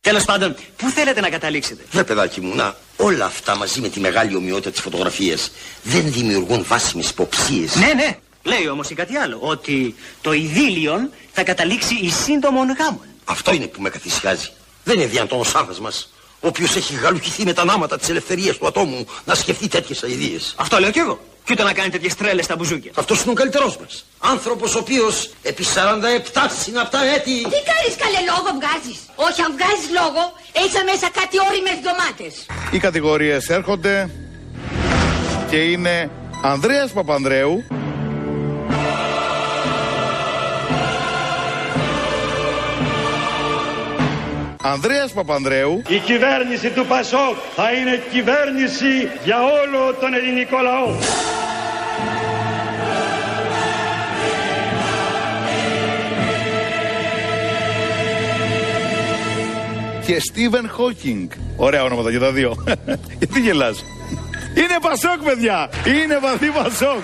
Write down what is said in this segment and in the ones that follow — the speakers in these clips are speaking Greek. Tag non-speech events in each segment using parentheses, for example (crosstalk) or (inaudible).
Τέλος πάντων, πού θέλετε να καταλήξετε. Βρε παιδάκι μου, να όλα αυτά μαζί με τη μεγάλη ομοιότητα της φωτογραφίας δεν δημιουργούν βάσιμες υποψίες. Ναι, ναι. Λέει όμως και κάτι άλλο. Ότι το ειδήλιον θα καταλήξει η σύντομων γάμων. Αυτό είναι που με καθησυχάζει. Δεν είναι δυνατόν ο Σάρδας μας, ο οποίος έχει γαλουχηθεί με τα νάματα της ελευθερίας του ατόμου, να σκεφτεί τέτοιες αηδίες. Αυτό λέω κι εγώ. Και ούτε να κάνει τέτοιες τρέλες στα μπουζούκια. Αυτός είναι ο καλύτερός μας. Άνθρωπος ο οποίος επί 47 συναπτά έτη... Τι κάνεις καλέ λόγο βγάζεις. Όχι αν βγάζεις λόγο έχεις μέσα κάτι όριμες ντομάτες. Οι κατηγορίες έρχονται και είναι Ανδρέας Παπανδρέου, Ανδρέας Παπανδρέου, Η κυβέρνηση του Πασόκ θα είναι κυβέρνηση για όλο τον ελληνικό λαό. και Στίβεν Χόκινγκ. Ωραία όνοματα για τα δύο. (laughs) Γιατί γελάς. Είναι Πασόκ, παιδιά! Είναι βαθύ Πασόκ!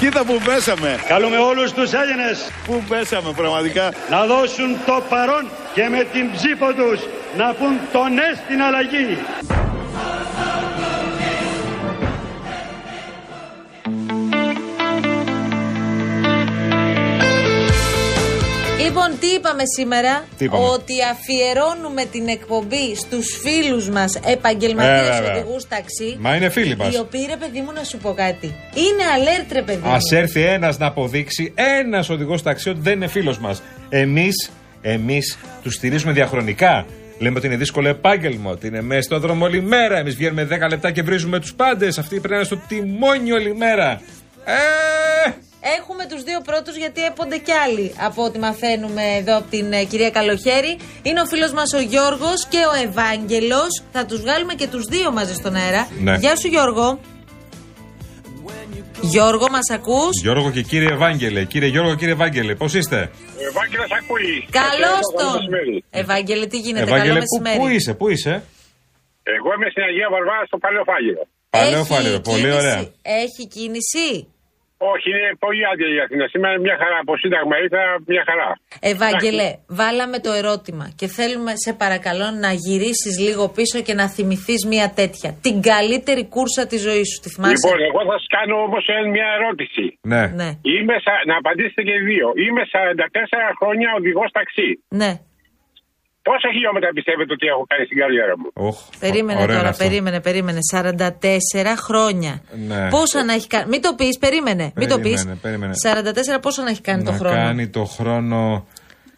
Κοίτα που πέσαμε, Καλούμε όλους τους Έλληνες που πέσαμε πραγματικά. να δώσουν το παρόν και με την ψήφο τους να πούν το ναι στην αλλαγή. Λοιπόν, τι είπαμε σήμερα, Τι είπαμε? ότι αφιερώνουμε την εκπομπή στους φίλους μας επαγγελματίες Ε, βέβαια. οδηγούς ταξί. Μα είναι φίλοι μας. Οι οποίοι, ρε παιδί μου, να σου πω κάτι. Είναι alert, ρε παιδί Α μου. έρθει ένας να αποδείξει, ένας οδηγός ταξί ότι δεν είναι φίλος μας. Εμείς, εμείς τους στηρίζουμε διαχρονικά. Λέμε ότι είναι δύσκολο επάγγελμα, ότι είναι μέσα στον δρόμο όλη μέρα. Εμείς βγαίνουμε 10 λεπτά και βρίζουμε τους πάντες. Αυτοί πρέπει να είναι στο τιμόνι όλη μέρα. Ε! Έχουμε τους δύο πρώτους γιατί έπονται κι άλλοι από ό,τι μαθαίνουμε εδώ από την ε, κυρία Καλοχέρη. Είναι ο φίλος μας ο Γιώργος και ο Ευάγγελος. Θα τους βγάλουμε και τους δύο μαζί στον αέρα. Ναι. Γεια σου Γιώργο. Γιώργο μας ακούς. Γιώργο και κύριε Ευάγγελε, κύριε Γιώργο, κύριε Ευάγγελε, πώς είστε, Ευάγγελος ακούει. Καλώς Καλό τον. μεσημέρι. Ευάγγελε τι γίνεται, καλό Ευάγγελε, μεσημέρι. πού, πού είσαι, πού είσαι, Εγώ είμαι στην Αγία Βαρβάρα στο Παλαιό Φάγελο. Παλαιό Έχει φάλερο, πολύ κίνηση. ωραία. Έχει κίνηση. Όχι, είναι πολύ άδεια η Αθήνα. Σήμερα μια χαρά. Από Σύνταγμα ήρθα μια χαρά. Ευάγγελε, βάλαμε το ερώτημα και θέλουμε σε παρακαλώ να γυρίσεις λίγο πίσω και να θυμηθείς μια τέτοια. Την καλύτερη κούρσα της ζωής σου, τη θυμάσαι. Λοιπόν, εγώ θα σας κάνω όμως μια ερώτηση. Ναι. Ναι, Είμαι, σα- να απαντήσετε και οι δύο. Είμαι 44 χρόνια οδηγός ταξί. ναι. Πόσα χιλιόμετρα πιστεύετε ότι έχω κάνει στην καριέρα μου. Οχ, Περίμενε ωραίο τώρα, είναι αυτό. περίμενε, περίμενε. 44 χρόνια. Ναι. Πόσα να έχει κάνει. Μην το πεις, περίμενε. Μην το πεις. Περίμενε, περίμενε. 44 πόσα να έχει κάνει να το χρόνο. κάνει το χρόνο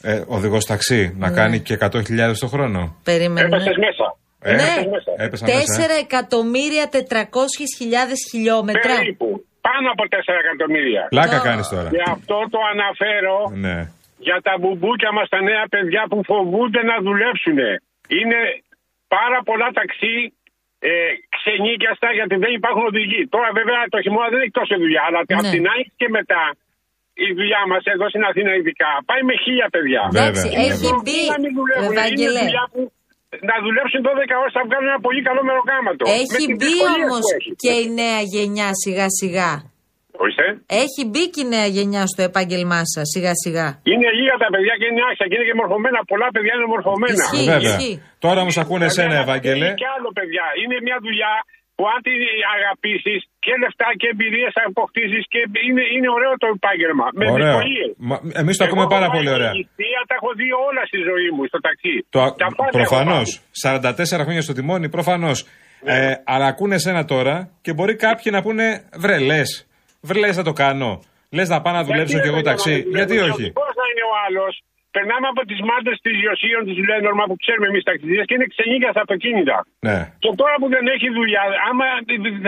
ε, οδηγός ταξί, να Ναι. κάνει και 100.000 το χρόνο. Περίμενε. Έπεσες μέσα. Ε, ναι, έπεσα μέσα. Έπεσα μέσα, ε. 4 εκατομμύρια 400.000 χιλιόμετρα. Περίπου. Πάνω από 4 εκατομμύρια. Πλάκα Το- κάνεις τώρα. Και αυτό το αναφέρω Ναι. για τα μπουμπούκια μας τα νέα παιδιά που φοβούνται να δουλέψουν. Είναι πάρα πολλά ταξί ε, ξενίκιαστα γιατί δεν υπάρχουν οδηγοί. Τώρα βέβαια το χειμώνα δεν έχει τόσο δουλειά, αλλά Ναι. από την Άνοιξη και μετά η δουλειά μας εδώ στην Αθήνα ειδικά πάει με χίλια παιδιά. Βέβαια. Εντάξει, βέβαια. Ναι. έχει Φοβούνται μπει. να μην δουλεύουν. Είναι Ευάγγελε. δουλειά που να δουλέψουν 12 ώρες θα βγάλουν ένα πολύ καλό μεροκάματο. Με Έχει τις μπει δυσκολίες όμως που ναι. έχει. και η νέα γενιά σιγά σιγά. Ορίστε. Έχει μπει και η νέα γενιά στο επάγγελμά σας σιγά σιγά. Είναι λίγα τα παιδιά και είναι άξια και είναι και μορφωμένα. Πολλά παιδιά είναι μορφωμένα. Ισχύει. Βέβαια. ισχύει. Τώρα όμως ακούνε εσένα, Ε, Βέβαια, Ευάγγελε. Ε, ναι, είναι Κι άλλο, παιδιά. Είναι μια δουλειά που αν την αγαπήσεις και λεφτά και εμπειρίες αποκτήσεις και είναι, είναι ωραίο το επάγγελμα. Με Ωραίο. δυσκολίες. Εμείς το ακούμε πάρα πολύ ωραία. Τα έχω δει όλα στη ζωή μου στο ταξί. Το, Τα πάντα προφανώ. έχω 44 χρόνια στο τιμόνι, προφανώς. Ε, αλλά ακούνε εσένα τώρα και μπορεί κάποιοι να πούνε βρε λες. Βρε λες να το κάνω. Λες να πάω να Γιατί δουλέψω δεν δηλαδή, κι εγώ περνάμε ταξί. τους Γιατί Λένορμα, όχι. Πώς να είναι ο άλλος. Περνάμε από τις μάντες της Ιωσίων, της Λένορμα που ξέρουμε εμείς ταξιδίε και είναι ξενίκα στα αυτοκίνητα. Ναι. Και τώρα που δεν έχει δουλειά, άμα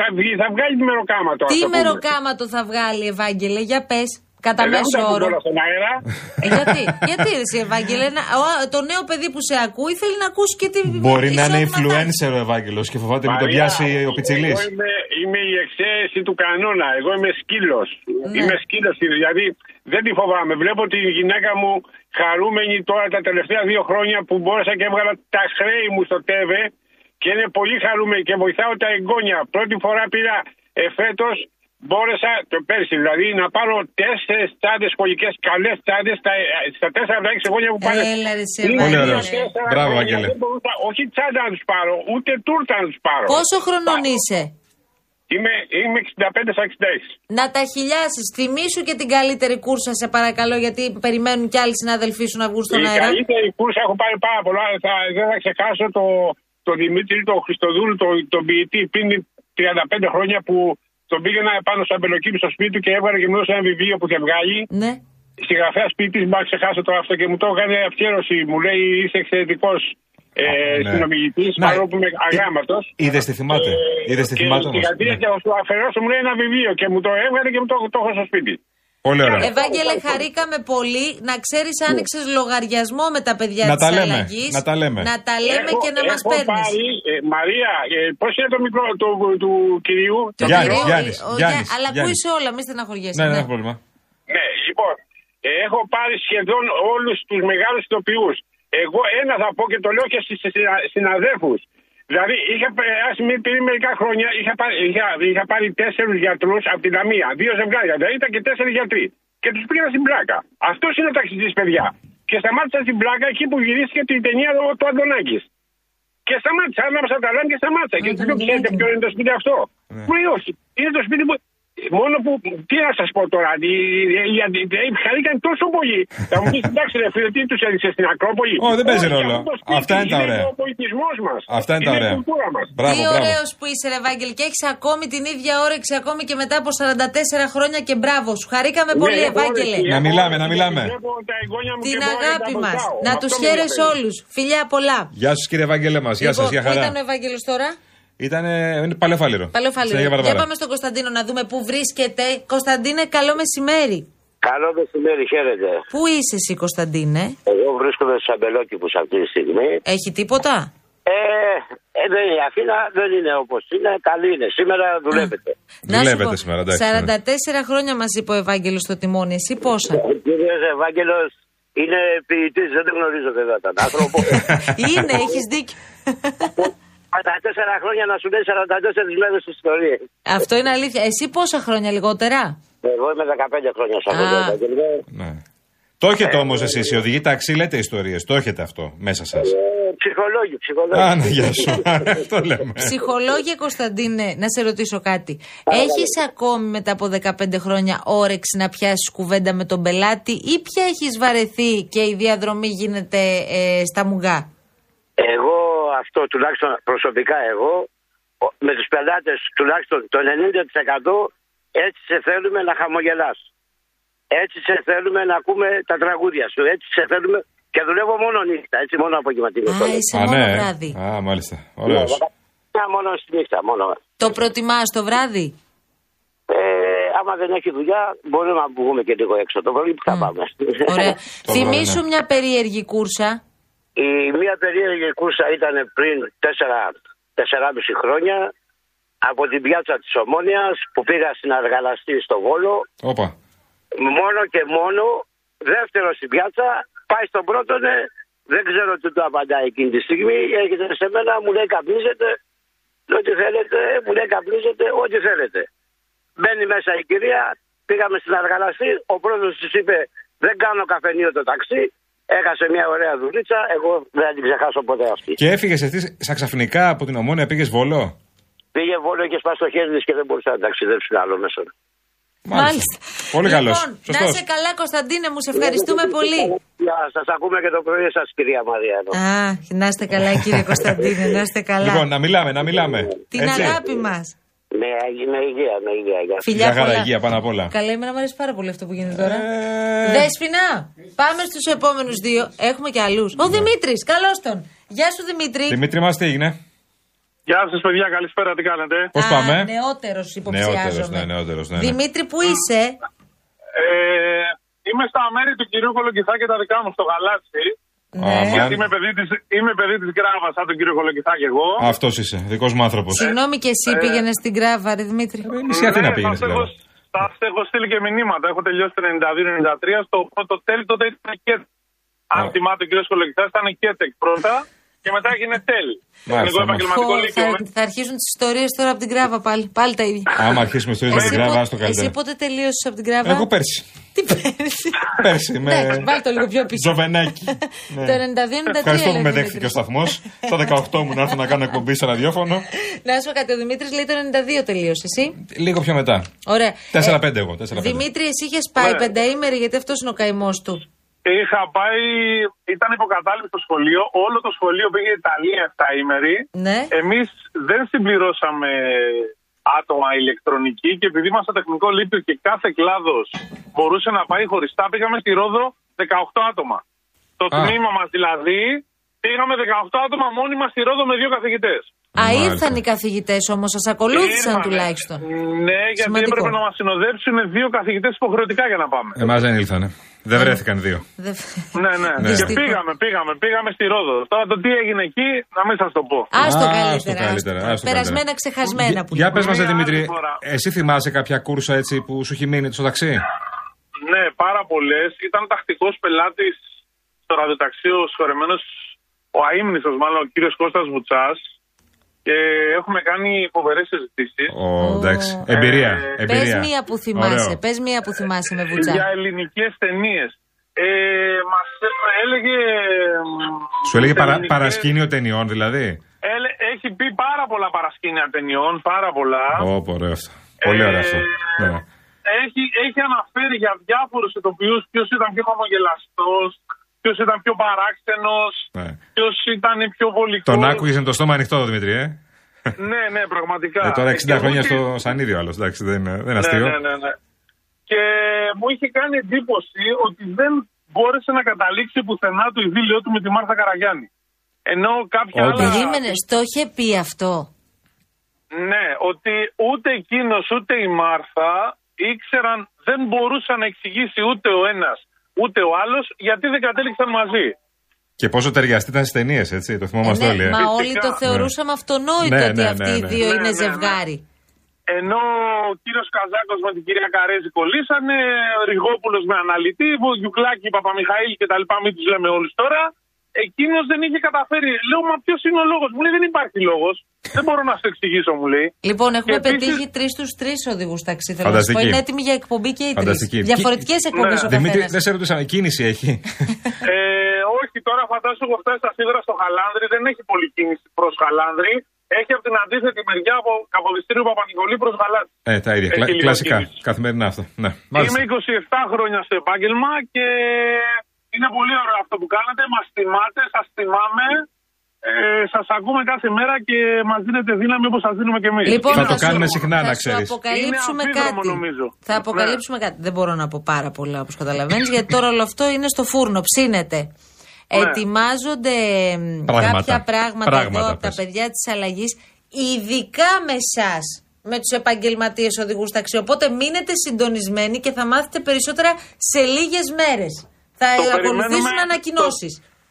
θα, βγει, θα βγάλει τη μεροκάματο. ας το Τι πούμε. μεροκάματο θα βγάλει, Ευάγγελε, για πες. Κατά Ε, δεν τα μέσο πούμε όρο. όλα στον αέρα. (laughs) Ε, γιατί, γιατί ρε, εσύ, Ευάγγελε, να- ο- το νέο παιδί που σε ακούει θέλει να ακούσει και τι. Μπορεί να είναι εισόδημα θα- influencer ο Ευάγγελος και φοβάται μην τον Μαρία, πιάσει ο Πιτσιλή. Εγώ είμαι, είμαι η εξαίρεση του κανόνα. Εγώ είμαι σκύλος. Ναι. Είμαι σκύλος, δηλαδή δεν τη φοβάμαι. Βλέπω τη γυναίκα μου χαρούμενη τώρα τα τελευταία δύο χρόνια που μπόρεσα και έβγαλα τα χρέη μου στο ΤΕΒΕ και είναι πολύ χαρούμενη και βοηθάω τα εγγόνια. Πρώτη φορά πήρα εφέτος μπόρεσα το πέρσι δηλαδή να πάρω τέσσερις τσάντες σχολικέ, καλές τσάντες στα, ε, στα τέσσερα από τα έξι χρόνια που πάνε. Έλα ρε σε Είναι Πολύ Βαγγέλη. ωραίος. τέσσερα ναι, Μπράβο, χρόνια, Βαγγέλη. δεν μπορούσα Όχι τσάντα να τους πάρω, ούτε τούρτα να τους πάρω. Πόσο χρονών είσαι. Είμαι, είμαι 65 στα 66. Να τα χιλιάσεις. Θυμήσου και την καλύτερη κούρσα, σε παρακαλώ, γιατί περιμένουν κι άλλοι συνάδελφοί σου να βγουν στον Η αέρα. καλύτερη κούρσα έχω πάρει πάρα πολλά. Θα, δεν θα ξεχάσω το, το Δημήτρη, το Χριστοδούλου, το, τον ποιητή πριν 35 χρόνια που τον πήγαινα πάνω στα αμπελοκύμι στο σπίτι του και έβγαλε και μου έδωσε ένα βιβλίο που είχε βγάλει. Ναι. Συγγραφέα ποιητή, μπα ξεχάσω τώρα αυτό και μου το έκανε αφιέρωση. Μου λέει είσαι εξαιρετικός ε, ναι. συνομιλητής, Ναι. παρόλο που είμαι Ε, αγάματο. είδες τι θυμάται. Είδες τι θυμάται Και όμως. στην κατήρια Ναι. και του αφαιρώσω μου λέει ένα βιβλίο και μου το έβγαλε και μου το, το έχω στο σπίτι. Πολύ Ναι, ωραία. Ευάγγελε, χαρήκαμε πολύ. Να ξέρεις, άνοιξες λογαριασμό με τα παιδιά Να της τα λέμε, αλλαγής. να τα λέμε. Να τα λέμε Έχω- και να μας έχω παίρνεις. πάρει, ε, Μαρία, ε, πώς είναι το μικρό του, του κυρίου. Το Γιάννης, κυρίο- Γιάννης, ο- Γιάννης, Αλλά Γιάννης. ακούει όλα, μη στεναχωριέσαι. Ναι, δεν ναι. έχω πρόβλημα. Ναι, λοιπόν, ε, έχω πάρει σχεδόν όλους τους μεγάλους ηθοποιού. Εγώ ένα θα πω και το λέω και στους συναδέλφους. Δηλαδή, είχα περάσει με- πριν μερικά χρόνια, είχα, πάρει- είχα, είχα πάρει τέσσερου γιατρούς από την Αμία. Δύο ζευγάρια, δηλαδή ήταν και τέσσερις γιατροί. Και τους πήγα στην πλάκα. Αυτός είναι ο ταξιτζής, παιδιά. Και σταμάτησα στην πλάκα εκεί που γυρίστηκε την ταινία του το Αντωνάκης. Και σταμάτησα, άναψα τα λάμπια και σταμάτησα. Και τους λέω, ξέρετε ποιο είναι το σπίτι αυτό. Ναι. Μου λέει, όχι. Είναι το σπίτι που... Μόνο που, τι να σας πω τώρα, οι, οι, οι, οι χαρήκαν τόσο πολύ. Θα μου πεις, εντάξει, ρε φίλε, τι τους έδειξες στην Ακρόπολη. Ω, δεν παίζει Όχι, ρόλο. αυτό το σπίτι Αυτά είναι τα ωραία. Είναι ο πολιτισμός μας. Αυτά είναι τα ωραία. η κουλτούρα μας. Μπράβο, Τι μπράβο. ωραίος που είσαι, ρε Βάγγελ, και έχεις ακόμη την ίδια όρεξη ακόμη και μετά από 44 χρόνια και μπράβο σου. Χαρήκαμε Ναι, πολύ, Ευάγγελε. Να μιλάμε, να μιλάμε. Την αγάπη μα. Να του χαίρεσαι όλους. Φιλιά πολλά. Γεια σας κύριε Ευάγγελε μας. Γεια σας, Λοιπόν, για Πού ήταν ο χαρά. Ευάγγελος τώρα, Ήταν είναι παλαιοφάλιρο. Παλαιοφαλή. Στην Αγία Για Βαρβάρα. πάμε στον Κωνσταντίνο να δούμε πού βρίσκεται. Κωνσταντίνε, καλό μεσημέρι. Καλό μεσημέρι, χαίρετε. Πού είσαι εσύ, Κωνσταντίνε, Εγώ βρίσκομαι στου αμπελόκηπους αυτή τη στιγμή. έχει τίποτα. Ε, ε, δεν είναι η Αθήνα, δεν είναι όπως είναι, καλή είναι. Σήμερα δουλεύετε. Να σου Δουλεύετε πω, σήμερα, εντάξει, ναι. 44 χρόνια μας είπε ο Ευάγγελος στο τιμόνι, εσύ πόσα. Ο κύριος Ευάγγελος είναι ποιητής, δεν τον γνωρίζω βέβαια τον άνθρωπο. (laughs) Είναι, έχεις δίκιο. 44 χρόνια να σου λέει 44 μέρες ιστορίας. Αυτό είναι αλήθεια. Εσύ πόσα χρόνια λιγότερα. Εγώ είμαι 15 χρόνια σε αυτό Α. το Ευάγγελο. Ναι. Το έχετε όμως εσείς, οι οδηγοί ταξί λέτε ιστορίες. Το έχετε αυτό μέσα σας. Ε, Ψυχολόγοι, ψυχολόγοι. Α, ναι, γεια (laughs) σου. Αυτό λέμε. Ψυχολόγια Κωνσταντίνε, να σε ρωτήσω κάτι. Έχεις ακόμη μετά από 15 χρόνια όρεξη να πιάσεις κουβέντα με τον πελάτη ή πια έχεις βαρεθεί και η διαδρομή γίνεται ε, στα μουγά. Εγώ αυτό τουλάχιστον προσωπικά εγώ ο- με τους πελάτες τουλάχιστον το 90% έτσι σε θέλουμε να χαμογελάς. Έτσι σε θέλουμε να ακούμε τα τραγούδια σου. Έτσι σε θέλουμε και δουλεύω μόνο νύχτα, έτσι μόνο απογευματινό. Α, είσαι Α, μόνο ναι. ε. βράδυ. Α, μάλιστα. Ωραίος. Ναι, Μια μόνο στη νύχτα, μόνο. Το προτιμάς το βράδυ. Ε, άμα δεν έχει δουλειά μπορούμε να βγούμε και λίγο έξω το πρωί που θα πάμε. (laughs) ναι. Ωραία. Το Θυμήσου βράδυ, μια περίεργη κούρσα. Η μία περίεργη κούρσα ήταν πριν 4, 4,5 χρόνια από την πιάτσα της Ομόνιας που πήγα στην Αργαλαστή στο Βόλο Όπα. μόνο και μόνο δεύτερο στην πιάτσα πάει στον πρώτον ε, δεν ξέρω τι του απαντάει εκείνη τη στιγμή έρχεται σε μένα μου λέει καπνίζετε λέω ό,τι θέλετε μου λέει καπνίζετε ό,τι θέλετε μπαίνει μέσα η κυρία πήγαμε στην Αργαλαστή ο πρόεδρος της είπε δεν κάνω καφενείο το ταξί έχασε μια ωραία δουλίτσα εγώ δεν θα την ξεχάσω ποτέ αυτή Και έφυγες εσύ σαν ξαφνικά από την ομόνια πήγες βόλο. πήγε βόλιο και σπάσει το χέρι της και δεν μπορούσε να ταξιδέψει άλλο μέσα Πολύ καλός. Λοιπόν, να είσαι καλά, Κωνσταντίνε, μου σε ευχαριστούμε Ναι, πολύ. Σας ακούμε και το πρωί σας, κυρία Μαρία. εδώ. Α, να είστε καλά, (laughs) κύριε Κωνσταντίνε, να είστε καλά. Λοιπόν, να μιλάμε, να μιλάμε. Την Έτσι. αγάπη μας. Με, με Ναι, υγεία, με υγεία. Γεια. Φιλιά Για χαρά, πολλά. υγεία πάνω απ' όλα. Καλά, εμένα μου αρέσει πάρα πολύ αυτό που γίνεται τώρα. Ε, Δέσπινα, πάμε στους επόμενους δύο. Έχουμε και άλλου. Ο Δημήτρης, καλώς τον. Γεια σου, Δημήτρη. Ναι. Δημήτρη μα τι έγινε. Γεια σας, παιδιά, καλησπέρα, τι κάνετε. Πώς πάμε? Νεότερος, Νεότερος, υποψιάζομαι. ναι, νεότερος, ναι, ναι. Δημήτρη, που είσαι. Ε, είμαι στα μέρη του κυρίου Κολοκυθά και τα δικά μου στο γαλάτσι. Ναι. Αμάν. Γιατί είμαι παιδί της, είμαι παιδί της Κράβας, σαν τον κύριο Κολοκυθά και εγώ. Αυτός είσαι, δικός μου άνθρωπος. Συγγνώμη και Ε. εσύ πήγαινες στην κράβα, ρε Δημήτρη. Είναι η Αθήνα Ναι, πήγαινε σας στην έχω- Ελλάδα. σας έχω στείλει και μηνύματα. Έχω τελειώσει το 92-93. Στο πρώτο τέλει τότε ήταν κέτεκ. Αν Α. θυμάται ο κ. Κολοκυθά, ήταν κέτεκ πρώτα. Και και μετά έγινε τέλ. Μάλιστα, Εγώ επαγγελματικό Πω, λύκειο. ε. θα, θα αρχίσουν τις ιστορίες τώρα από την κράβα πάλι. Πάλι τα ίδια. Άμα αρχίσουμε ιστορίε με Εσύ την κράβα, πο- άστο Εσύ καλύτερα. πότε τελείωσες από την κράβα. Εγώ πέρσι. Τι πέρσι. Πέρσι με. Εντάξει, βάλ' το λίγο πιο πίσω. (laughs) Ζωβενάκι. Το 92-93 Ναι. Ευχαριστώ που λέει με ο δέχτηκε ο Δημήτρης. σταθμό. Στα 18 μου να έρθω να κάνω εκπομπή σε ραδιόφωνο. Να σου πω κάτι, ο Δημήτρης λέει το 92 τελείωσε. Εσύ. Λίγο πιο μετά. Ωραία. Ε, 4-5 εγώ, 4-5. Δημήτρη, εσύ είχες πάει Ναι. πενταήμερη, γιατί αυτός είναι ο καημός του. Είχα πάει, ήταν υποκατάληψη στο σχολείο. Όλο το σχολείο πήγε Ιταλία 7 ημερη. Ναι. Εμείς δεν συμπληρώσαμε άτομα ηλεκτρονική και επειδή ήμασταν τεχνικό λύπη και κάθε κλάδος μπορούσε να πάει χωριστά, πήγαμε στη Ρόδο 18 άτομα. Το Α. τμήμα μας δηλαδή πήγαμε 18 άτομα μόνοι μας στη Ρόδο με δύο καθηγητές. Α, Μάλιστα. ήρθαν οι καθηγητές όμως, σας ακολούθησαν τουλάχιστον. Ναι, γιατί Σημαντικό. έπρεπε να μας συνοδεύσουν δύο καθηγητές υποχρεωτικά για να πάμε. Εμάς δεν ήλθανε. Δεν βρέθηκαν δύο. Δε- Ναι, ναι. Και Δυστυχώς. πήγαμε, πήγαμε, πήγαμε στη Ρόδο. Τώρα το τι έγινε εκεί, να μην σας το (laughs) πω. Άστο Άστο καλύτερα. καλύτερα, άστο. άστο Περασμένα καλύτερα. ξεχασμένα που λοιπόν. Για λέμε. πες μας, Μία Δημήτρη, άλλη φορά. εσύ θυμάσαι κάποια κούρσα έτσι που σου έχει μείνει στο ταξί. Ναι, πάρα πολλές. Ήταν τακτικός πελάτης στο ραδιοταξείο σχορεμένος ο αίμνητο, μάλλον ο κύριος Κώστας Βουτσάς. Και έχουμε κάνει φοβερές συζητήσεις. Ω, εντάξει. Ε, Εμπειρία. πες Πες εμπειρία. μία που θυμάσαι, Ωραίο. πες μία που θυμάσαι με βουτσά. Για ελληνικές ταινίες. Ε, Μας έλεγε. Σου έλεγε παρα- ελληνικές- παρασκήνιο ταινιών, δηλαδή. Έλε- Έχει πει πάρα πολλά παρασκήνια ταινιών, πάρα πολλά. Ω, ωραίο αυτό. Πολύ ωραίο Ε, αυτό. Ναι. Έχει, έχει αναφέρει για διάφορους ηθοποιούς ποιος ήταν πιο χαμογελαστός, ποιος ήταν πιο παράξενος, Ναι. ποιος ήταν πιο βολικός. Τον άκουγες με το στόμα ανοιχτό, Δημήτρη, ε. Ναι, ναι, πραγματικά. Ε, τώρα 60 Και χρόνια μου είχε- στο σανίδι ο άλλος. Εντάξει, δεν, δεν είναι Ναι, αστείο. ναι, ναι, ναι. Και μου είχε κάνει εντύπωση ότι δεν μπόρεσε να καταλήξει πουθενά το ειδήλιο του με τη Μάρθα Καραγιάννη. Ενώ κάποια Όντως. άλλα... Περίμενε, το είχε πει αυτό. Ναι, ότι ούτε εκείνος ούτε η Μάρθα ήξεραν, δεν μπορούσαν να εξηγήσει ούτε ο ένας ούτε ο άλλος γιατί δεν κατέληξαν μαζί. Και πόσο ταιριαστή ήταν στις ταινίες, έτσι. Το θυμόμαστε Ε, ναι, όλοι. Ε. μα Φυσικά. όλοι το θεωρούσαμε αυτονόητο Ναι, ότι ναι, αυτοί ναι, οι ναι. δύο Ναι, είναι ναι, ναι. ζευγάρι. Ενώ ο κύριος Καζάκος με την κυρία Καρέζη κολλήσανε, ο Ριγόπουλο με αναλυτή, ο Γιουκλάκη, Παπαμιχαήλ κτλ. Μην τους λέμε όλους τώρα. Εκείνος δεν είχε καταφέρει. Λέω, μα ποιος είναι ο λόγος. Μου λέει, δεν υπάρχει λόγος. δεν μπορώ να σου εξηγήσω, μου λέει. Λοιπόν, έχουμε Και επίσης- πετύχει τρεις στους τρεις οδηγούς ταξί. Θέλω να σου πω, Φανταστική. είναι έτοιμοι για εκπομπή και οι τρει. Φανταστική. Διαφορετικές Και- Ναι. εκπομπές ο Δημήτρη, καθένας. δεν σε ρωτήσαμε, κίνηση (laughs) έχει. Ε, όχι, τώρα φαντάζομαι έχω φτάσει στα σίδερα στο Χαλάνδρη. Δεν έχει πολλή κίνηση προς Χαλάνδρη. Έχει από την αντίθετη μεριά από Καποδιστήριο Παπανικολή προ Γαλάτσι. ε, τα ίδια. Έχει Κλα- λίγο κλασικά. κίνηση. Καθημερινά αυτό. Ναι. Είμαι Μάλιστα. 27 χρόνια στο επάγγελμα και είναι πολύ ωραίο αυτό που κάνετε. Μας θυμάτε, σας θυμάμαι. Ε, σας ακούμε κάθε μέρα και μας δίνετε δύναμη όπως σας δίνουμε και εμείς. Λοιπόν, Θα το σου- κάνουμε συχνά, θα να σου ξέρεις. αποκαλύψουμε Είναι αμφίδρομο, κάτι. νομίζω. Θα Ναι. αποκαλύψουμε κάτι. Δεν μπορώ να πω πάρα πολλά όπως καταλαβαίνεις, γιατί τώρα όλο αυτό είναι στο φούρνο, ψήνεται. Ναι. Ετοιμάζονται εμ, Πράγματα. κάποια πράγματα, Πράγματα, εδώ από τα πες. παιδιά της αλλαγής, ειδικά με εσάς, με τους επαγγελματίες οδηγούς ταξί. Οπότε μείνετε συντονισμένοι και θα μάθετε περισσότερα σε λίγες μέρες. Θα ακολουθήσουν περιμένουμε. ανακοινώσει.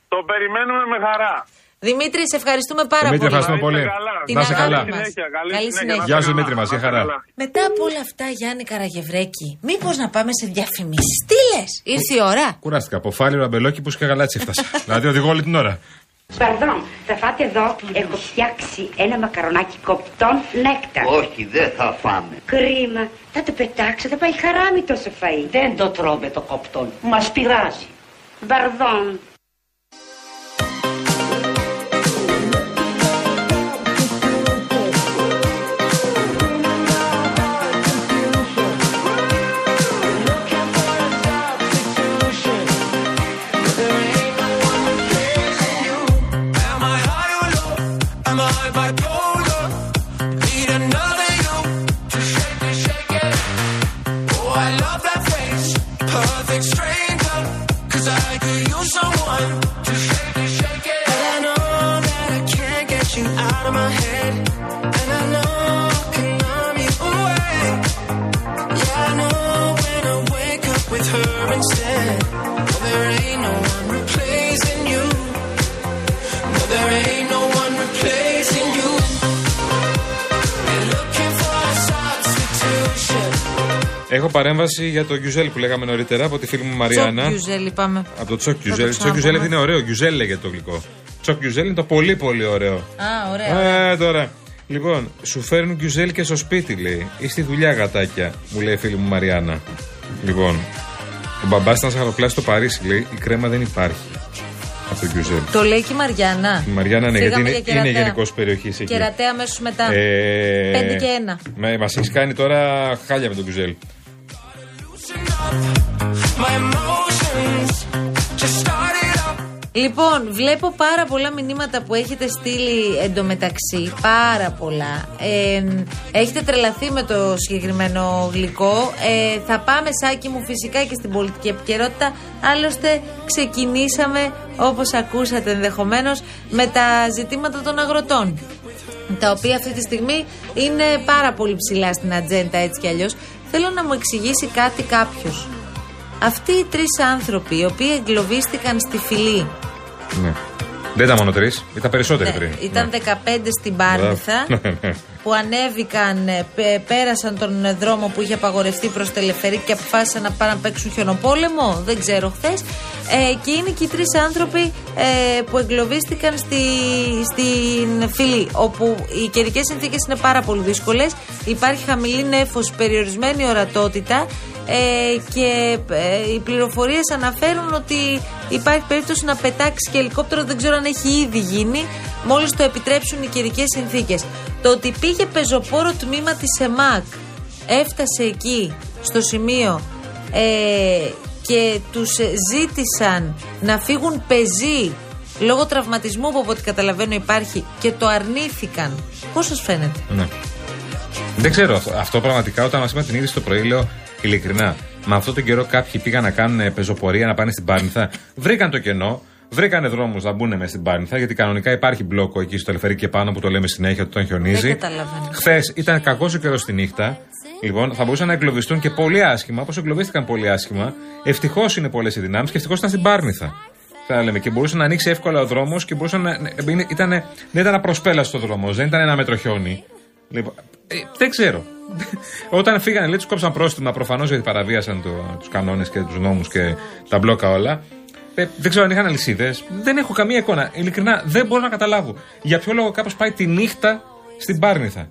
Το περιμένουμε με χαρά. Δημήτρη, σε ευχαριστούμε πάρα Δημήτρη, πολύ. ευχαριστούμε πολύ. είστε καλά. Την Να σε αγάπη καλά. μας. καλή Καλή συνέχεια, συνέχεια. να είστε Γεια σου, καλά. Δημήτρη μας, για χαρά. Να είστε καλά. Μετά από όλα αυτά, Γιάννη Καραγευρέκη, μήπως να πάμε σε διαφημίσεις. Τι λες, ήρθε η ώρα. Κουράστηκα. Από φάλιρο αμπελόκι που και γαλάτσι (laughs) έφτασα. δηλαδή οδηγώ όλη την ώρα. Παρδόν, θα φάτε εδώ. Έχω φτιάξει ένα μακαρονάκι κοπτών νέκταρ. Όχι, δεν θα φάμε. Κρίμα, θα το πετάξω, θα πάει χαράμι τόσο φαΐ. Δεν το τρώμε το κοπτόν. Μας πειράζει. Παρδόν. Έχω παρέμβαση για το Γιουζέλ που λέγαμε νωρίτερα από τη φίλη μου Μαριάννα. Τσοκ Γιουζέλ, είπαμε. Από το Τσόκ Θα το Γιουζέλ. Τσόκ ξαναπούμε. Γιουζέλ είναι ωραίο. Γιουζέλ λέγεται το γλυκό. Τσοκ γκιουζέλ είναι το πολύ πολύ ωραίο. Α, ωραία. Ε, τώρα. Λοιπόν, σου φέρνουν γκιουζέλ και στο σπίτι, λέει. Ή στη δουλειά, γατάκια, μου λέει η φίλη μου Μαριάννα. Λοιπόν, ο μπαμπάς ήταν σαχαροπλάστη στο Παρίσι, λέει. Η κρέμα δεν υπάρχει. Από το γκιουζέλ. Το λέει και η Μαριάννα. Η Μαριάννα, ναι, Φύγαμε γιατί για είναι- είναι Κερατέα. γενικώς περιοχής εκεί. Κερατέα αμέσως μετά. Ε, 5 και 1. Μα μας έχει κάνει τώρα χάλια με τον γκιουζέλ. Λοιπόν, βλέπω πάρα πολλά μηνύματα που έχετε στείλει εντωμεταξύ. Πάρα πολλά. Ε, έχετε τρελαθεί με το συγκεκριμένο γλυκό. Ε, θα πάμε, Σάκη μου, φυσικά και στην πολιτική επικαιρότητα. Άλλωστε, ξεκινήσαμε, όπως ακούσατε ενδεχομένως, με τα ζητήματα των αγροτών. Τα οποία αυτή τη στιγμή είναι πάρα πολύ ψηλά στην ατζέντα έτσι κι αλλιώς. Θέλω να μου εξηγήσει κάτι κάποιος. Αυτοί οι τρεις άνθρωποι οι οποίοι εγκλωβίστηκαν στη φυλή Ναι. Δεν ήταν μόνο τρεις, ήταν περισσότεροι ναι, πριν. Ήταν 15 στην Πάρνηθα Μπράβο. Ναι, ναι. που ανέβηκαν, ε, πε- πέρασαν τον ε, δρόμο που είχε απαγορευτεί προς Τελεφερή και αποφάσισαν να πάνε να παίξουν χιονοπόλεμο. Δεν ξέρω χθες. Ε, και είναι και οι τρεις άνθρωποι ε, που εγκλωβίστηκαν στη, στην φυλή, όπου οι καιρικές συνθήκες είναι πάρα πολύ δύσκολες. Υπάρχει χαμηλή νεφο, περιορισμένη ορατότητα ε, και ε, οι πληροφορίες αναφέρουν ότι υπάρχει περίπτωση να πετάξει και ελικόπτερο. Δεν ξέρω αν έχει ήδη γίνει, μόλις το επιτρέψουν οι καιρικές συνθήκες. Το ότι πήγε πεζοπόρο τμήμα της ΕΜΑΚ, έφτασε εκεί, στο σημείο, ε, και τους ε, ζήτησαν να φύγουν πεζοί λόγω τραυματισμού που από ό,τι καταλαβαίνω υπάρχει και το αρνήθηκαν. Πώς σας φαίνεται. Ναι. Δεν ξέρω αυτό, αυτό πραγματικά όταν μας είπαν την είδηση το πρωί, λέω ειλικρινά. Με αυτόν τον καιρό κάποιοι πήγαν να κάνουν ε, πεζοπορία, να πάνε στην Πάρνηθα. Βρήκαν το κενό, βρήκανε δρόμους να μπουν μέσα στην Πάρνηθα, γιατί κανονικά υπάρχει μπλόκο εκεί στο Ελφερή και πάνω που το λέμε συνέχεια ότι όταν χιονίζει. Δεν καταλαβαίνω. Χθες ήταν κακός ο καιρός τη νύχτα. Λοιπόν, θα μπορούσαν να εγκλωβιστούν και πολύ άσχημα, όπως εγκλωβίστηκαν πολύ άσχημα. Ευτυχώς είναι πολλές οι δυνάμεις και ευτυχώς ήταν στην Πάρνηθα. Θα λέμε. Και μπορούσε να ανοίξει εύκολα ο δρόμος και μπορούσε να. να- είναι- ήτανε- δεν ήταν απροσπέλαστο ο δρόμος, δεν ήταν ένα μέτρο χιόνι. Λοιπόν, ε, δεν ξέρω. (laughs) Όταν φύγανε, λέει, τους κόψαν πρόστιμα προφανώς γιατί παραβίασαν το, τους κανόνες και τους νόμους και τα μπλόκα όλα. Ε, δεν ξέρω αν είχαν αλυσίδες. Δεν έχω καμία εικόνα. Ειλικρινά δεν μπορώ να καταλάβω. Για ποιο λόγο κάποιο πάει τη νύχτα στην Πάρνηθα.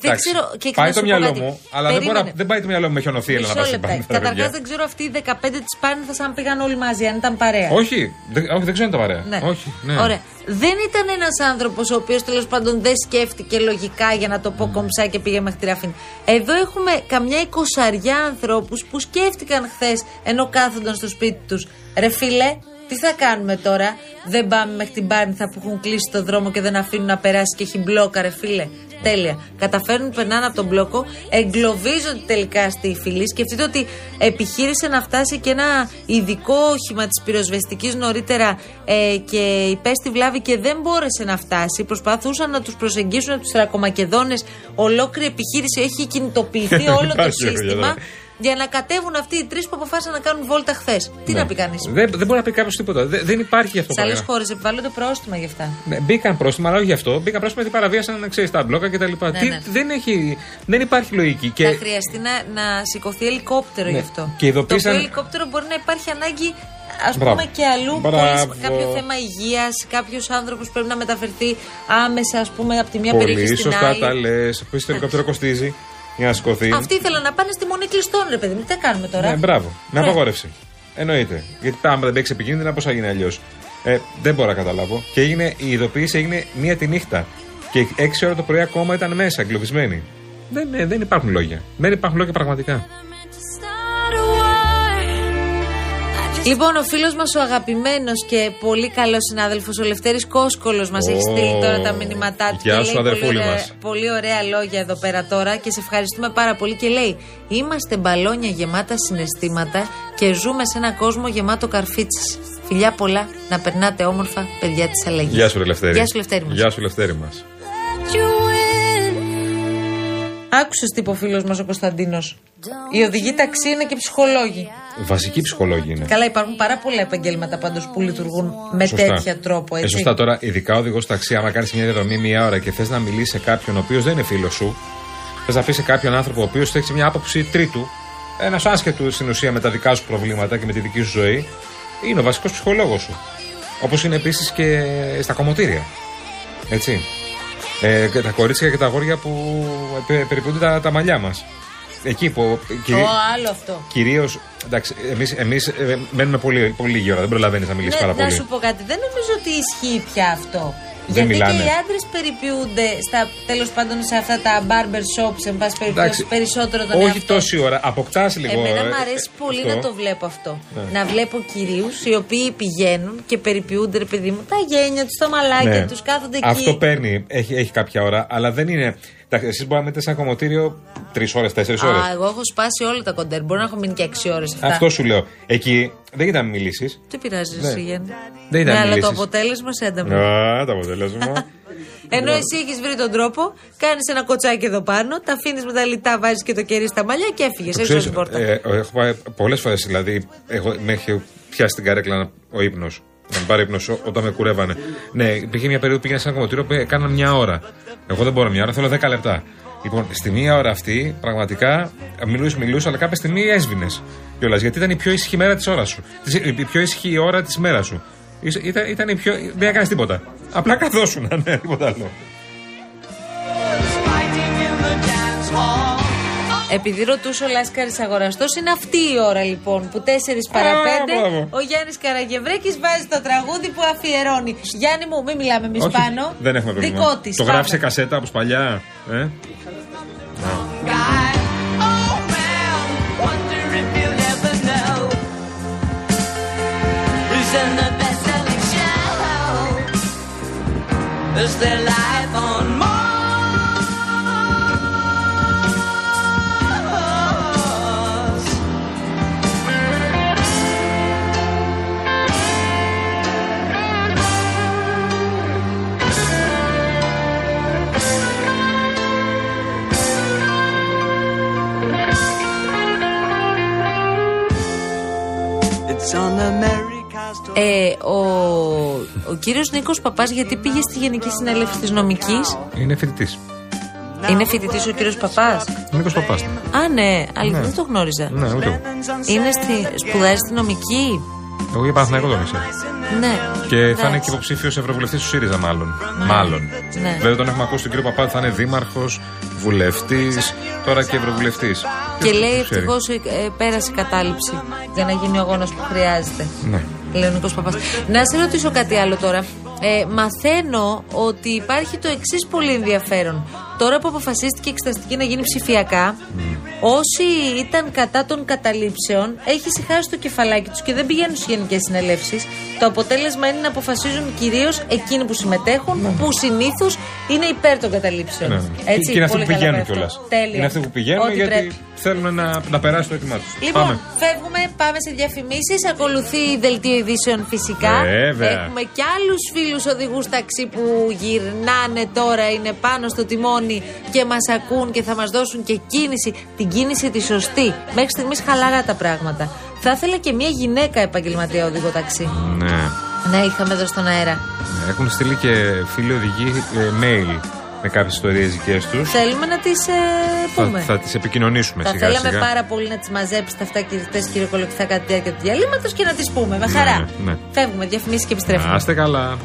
Δεν Εντάξει, ξέρω και πάει να το σου πω μυαλό κάτι. μου, αλλά δεν, μπορώ, Περίμενε. να- δεν πάει το μυαλό μου με χιονοθύελα να πάει Μισό στην λεπτά. Πάρνηθα. ρε Καταρχάς παιδιά. δεν ξέρω αυτοί οι 15 τη Πάρνηθα αν πήγαν όλοι μαζί, αν ήταν παρέα. Όχι, δεν, όχι, δεν ξέρω τα παρέα. Ναι. Όχι, ναι. Ωραία. Δεν ήταν ένας άνθρωπος ο οποίος τέλος πάντων δεν σκέφτηκε λογικά για να το πω κομψά και πήγε μέχρι τη ραφίνη. Εδώ έχουμε καμιά εικοσαριά ανθρώπους που σκέφτηκαν χθες ενώ κάθονταν στο σπίτι τους. Ρε φίλε, τι θα κάνουμε τώρα. Δεν πάμε μέχρι την Πάρνηθα που έχουν κλείσει το δρόμο και δεν αφήνουν να περάσει και έχει μπλόκα, ρε φίλε. Τέλεια. Καταφέρνουν, περνάνε από τον μπλόκο, εγκλωβίζονται τελικά στη φυλή. Σκεφτείτε ότι επιχείρησε να φτάσει και ένα ειδικό όχημα της πυροσβεστικής νωρίτερα ε, και υπέστη βλάβη και δεν μπόρεσε να φτάσει. Προσπαθούσαν να τους προσεγγίσουν από του Θρακομακεδόνε. Ολόκληρη επιχείρηση έχει (laughs) κινητοποιηθεί όλο το Υπάρχει, ρε, σύστημα βέβαια. για να κατέβουν αυτοί οι τρεις που αποφάσισαν να κάνουν βόλτα χθες. Τι Ναι. να πει κανείς. Δεν, δεν μπορεί να πει κάποιος τίποτα. Δεν, δεν υπάρχει αυτό Σε άλλες πράγμα. χώρες επιβάλλονται πρόστιμα γι' αυτά. Ναι, μπήκαν πρόστιμα, αλλά όχι γι' αυτό. Μπήκαν πρόστιμα γιατί παραβίασαν ξέρεις, τα μπλόκα κτλ. Ναι, Τι, ναι. Δεν, έχει, δεν υπάρχει λογική. Θα Και χρειαστεί να, να σηκωθεί ελικόπτερο Ναι. γι' αυτό. Και ειδοποίησαν- Το οποίο ελικόπτερο μπορεί να υπάρχει ανάγκη, ας Μπράβο. πούμε, και αλλού. Μπράβο. Πολύ, κάποιο θέμα υγείας, κάποιος άνθρωπος πρέπει να μεταφερθεί άμεσα, ας πούμε, από τη μία περιοχή πολύ στην σωστά άλλη. τα λες. Πού (laughs) το ελικόπτερο κοστίζει για να σηκωθεί. Αυτοί ήθελαν να πάνε στη μονή κλειστών, ρε παιδί μου. Τι τα κάνουμε τώρα. Ναι, μπράβο. Με Ναι. απαγόρευση. Εννοείται. Γιατί άμα δεν παίξει επικίνδυνα, πώς θα γίνει αλλιώς. Ε, δεν μπορώ να καταλάβω. Και έγινε, η ειδοποίηση έγινε μία τη νύχτα. Και 6 ώρα το πρωί ακόμα ήταν μέσα, εγκλωβισμένοι. Δεν, ε, δεν υπάρχουν λόγια. Δεν υπάρχουν λόγια πραγματικά. Λοιπόν, ο φίλος μας, ο αγαπημένος και πολύ καλός συνάδελφος, ο Λευτέρης Κόσκολος, μας έχει Ω, στείλει τώρα τα μηνύματά του. γεια και σου, λέει πολύ, αδερφούλη ωραία- μας. πολύ ωραία λόγια εδώ πέρα τώρα και σε ευχαριστούμε πάρα πολύ. Και λέει: Είμαστε μπαλόνια γεμάτα συναισθήματα και ζούμε σε ένα κόσμο γεμάτο καρφίτσες. Φιλιά πολλά, να περνάτε όμορφα, παιδιά της αλλαγής. Γεια σου, Λευτέρη. Γεια σου, Λευτέρη μας. Γεια σου, Λευτέρη μας. Άκουσες τι είπε ο φίλος μας ο Κωνσταντίνος. Οι οδηγοί ταξί είναι και ψυχολόγοι. Βασική ψυχολόγη είναι. Καλά, υπάρχουν πάρα πολλά επαγγέλματα πάντως που λειτουργούν με τέτοια τρόπο. Ε, Έτσι. σωστά τώρα, ειδικά οδηγός ταξί, άμα κάνεις μια διαδρομή μία ώρα και θες να μιλήσει σε κάποιον ο οποίος δεν είναι φίλος σου, θες να πεις σε κάποιον άνθρωπο ο οποίος έχει μια άποψη τρίτου, ένας άσχετο στην ουσία με τα δικά σου προβλήματα και με τη δική σου ζωή, είναι ο βασικός ψυχολόγος σου. Όπως είναι επίσης και στα κομμωτήρια. Έτσι. Ε, και τα κορίτσια και τα αγόρια που πε- περιποιούνται τα, τα μαλλιά μας. Εκεί που. Ω, κυρί- άλλο αυτό. Κυρίως. Εντάξει, εμείς εμείς, ε, μένουμε πολύ, πολύ λίγη ώρα, δεν προλαβαίνεις να μιλήσεις Ναι, πάρα να πολύ. σου πω κάτι, δεν νομίζω ότι ισχύει πια αυτό. Δεν Γιατί μιλάνε. και οι άντρες περιποιούνται στα τέλος πάντων σε αυτά τα barber shops, εν πάση περιπτώσει, περισσότερο τον όχι εαυτό τους. τόση ώρα, αποκτάς λίγο. Εμένα ε, μου αρέσει ε, πολύ αυτό. να το βλέπω αυτό. Ναι. Να βλέπω κυρίους οι οποίοι πηγαίνουν και περιποιούνται, ρε παιδί μου, τα γένια τους, τα μαλάκια Ναι. τους, κάθονται Αυτό εκεί. παίρνει, έχει, έχει κάποια ώρα, αλλά δεν είναι. Εσείς μπορεί να μείνετε σε ένα κομμωτήριο τρεις ώρες, τέσσερις ώρες. Α, εγώ έχω σπάσει όλα τα κοντέρ. Μπορώ να έχω μείνει και 6 ώρε αυτά. Αυτό σου λέω. Εκεί δεν ήταν να μιλήσεις. Τι πειράζει, Ναι. εσύ, Γιάννη. Δεν ήταν ναι, αλλά το μιλήσεις. αποτέλεσμα σε ανταμείβει. Α, το (laughs) αποτέλεσμα. Ενώ εσύ έχεις βρει τον τρόπο, κάνεις ένα κοτσάκι εδώ πάνω, τα αφήνεις με τα λιτά, βάζεις και το κερί στα μαλλιά και έφυγες. Έχει την πόρτα. ε, έχω πάει πολλές φορές δηλαδή. Εγώ, με έχει πιάσει την καρέκλα να- ο ύπνος. Να με πάρει ύπνος όταν με κουρεύανε. Ναι, υπήρχε μια περίοδο που πήγαινα σε ένα κομμωτήριο που έκανα μια ώρα. Εγώ δεν μπορώ μια ώρα, θέλω 10 λεπτά. Λοιπόν, στη μία ώρα αυτή, πραγματικά μιλούσε, μιλούσε, αλλά κάποια στιγμή έσβηνες κιόλας. Γιατί ήταν η πιο ήσυχη μέρα της ώρας σου. Της- Η πιο ήσυχη ώρα της μέρας σου. Ήσ- Ήταν, ήταν η πιο. Δεν έκανες τίποτα. Απλά καθόσουν, (laughs) ναι, τίποτα άλλο. Επειδή ρωτούσε ο Λάσκαρης αγοραστός, είναι αυτή η ώρα λοιπόν που 4 παρα Α, 5 μπράβο. ο Γιάννης Καραγευρέκης βάζει το τραγούδι που αφιερώνει. Γιάννη μου, μην μιλάμε εμείς Όχι, πάνω. Δεν έχουμε πρόβλημα. Δικό της. Το γράφει σε κασέτα όπως παλιά. Ε? Ε, ο ο κύριος Νίκος Παπάς, γιατί πήγε στη Γενική Συνέλευση της Νομικής, Είναι φοιτητής. είναι φοιτητής ο κύριος Παπάς. Νίκος Ε, Παπάς. Α, ναι, αλήθεια δεν το γνώριζα. Ναι, ούτε εγώ. Είναι στη, σπουδάζει στη νομική. Εγώ για Παναθηναϊκό τον ήξερα. Ναι. Και θα είναι Εντάξει. και υποψήφιος ευρωβουλευτής του ΣΥΡΙΖΑ, μάλλον. Μάλλον. Ναι. Βέβαια τον έχουμε ακούσει τον κύριο Παπά ότι θα είναι δήμαρχος, βουλευτής, τώρα και ευρωβουλευτής. Και λέει ευτυχώ πέρασε η κατάληψη για να γίνει ο αγώνα που χρειάζεται. Ναι. Λέει ο Νίκος Παπάς. Να σε ρωτήσω κάτι άλλο τώρα. Ε, μαθαίνω ότι υπάρχει το εξής πολύ ενδιαφέρον. Τώρα που αποφασίστηκε η εξεταστική να γίνει ψηφιακά, Mm. όσοι ήταν κατά των καταλήψεων, έχει συχάσει το κεφαλάκι τους και δεν πηγαίνουν στις γενικές συνελεύσεις. Το αποτέλεσμα είναι να αποφασίζουν κυρίως εκείνοι που συμμετέχουν, που συνήθως είναι υπέρ των καταλήψεων. Ναι. Έτσι, και είναι αυτοί που πολύ καλά πάει πηγαίνουν αυτό. κιόλας. Τέλεια. Είναι αυτοί που πηγαίνουν Ό,τι γιατί πρέπει. θέλουν να, να περάσει το έτοιμά τους. Λοιπόν, φεύγουμε, πάμε σε διαφημίσεις. Ακολουθεί η δελτίο ειδήσεων φυσικά. Βέβαια. Έχουμε και άλλους φίλους οδηγούς ταξί που γυρνάνε τώρα, είναι πάνω στο τιμόνι και μας ακούν και θα μας δώσουν και κίνηση. Την κίνηση τη σωστή. Μέχρι στιγμής χαλαρά τα πράγματα. Θα ήθελα και μια γυναίκα επαγγελματία οδηγό ταξί. Ναι. Να είχαμε εδώ στον αέρα. Έχουν στείλει και φίλοι οδηγοί ε, mail με κάποιες ιστορίες δικές τους. Θέλουμε να τις Θα, πούμε. θα τις επικοινωνήσουμε Θα σιγά θέλαμε σιγά. πάρα πολύ να τις μαζέψετε αυτά και τι κύριε Κολοκυθά, κατά τη διάρκεια του διαλύματος και να τις πούμε. Με χαρά. ναι. Φεύγουμε, διαφημίσεις και επιστρέφουμε. Να είστε καλά.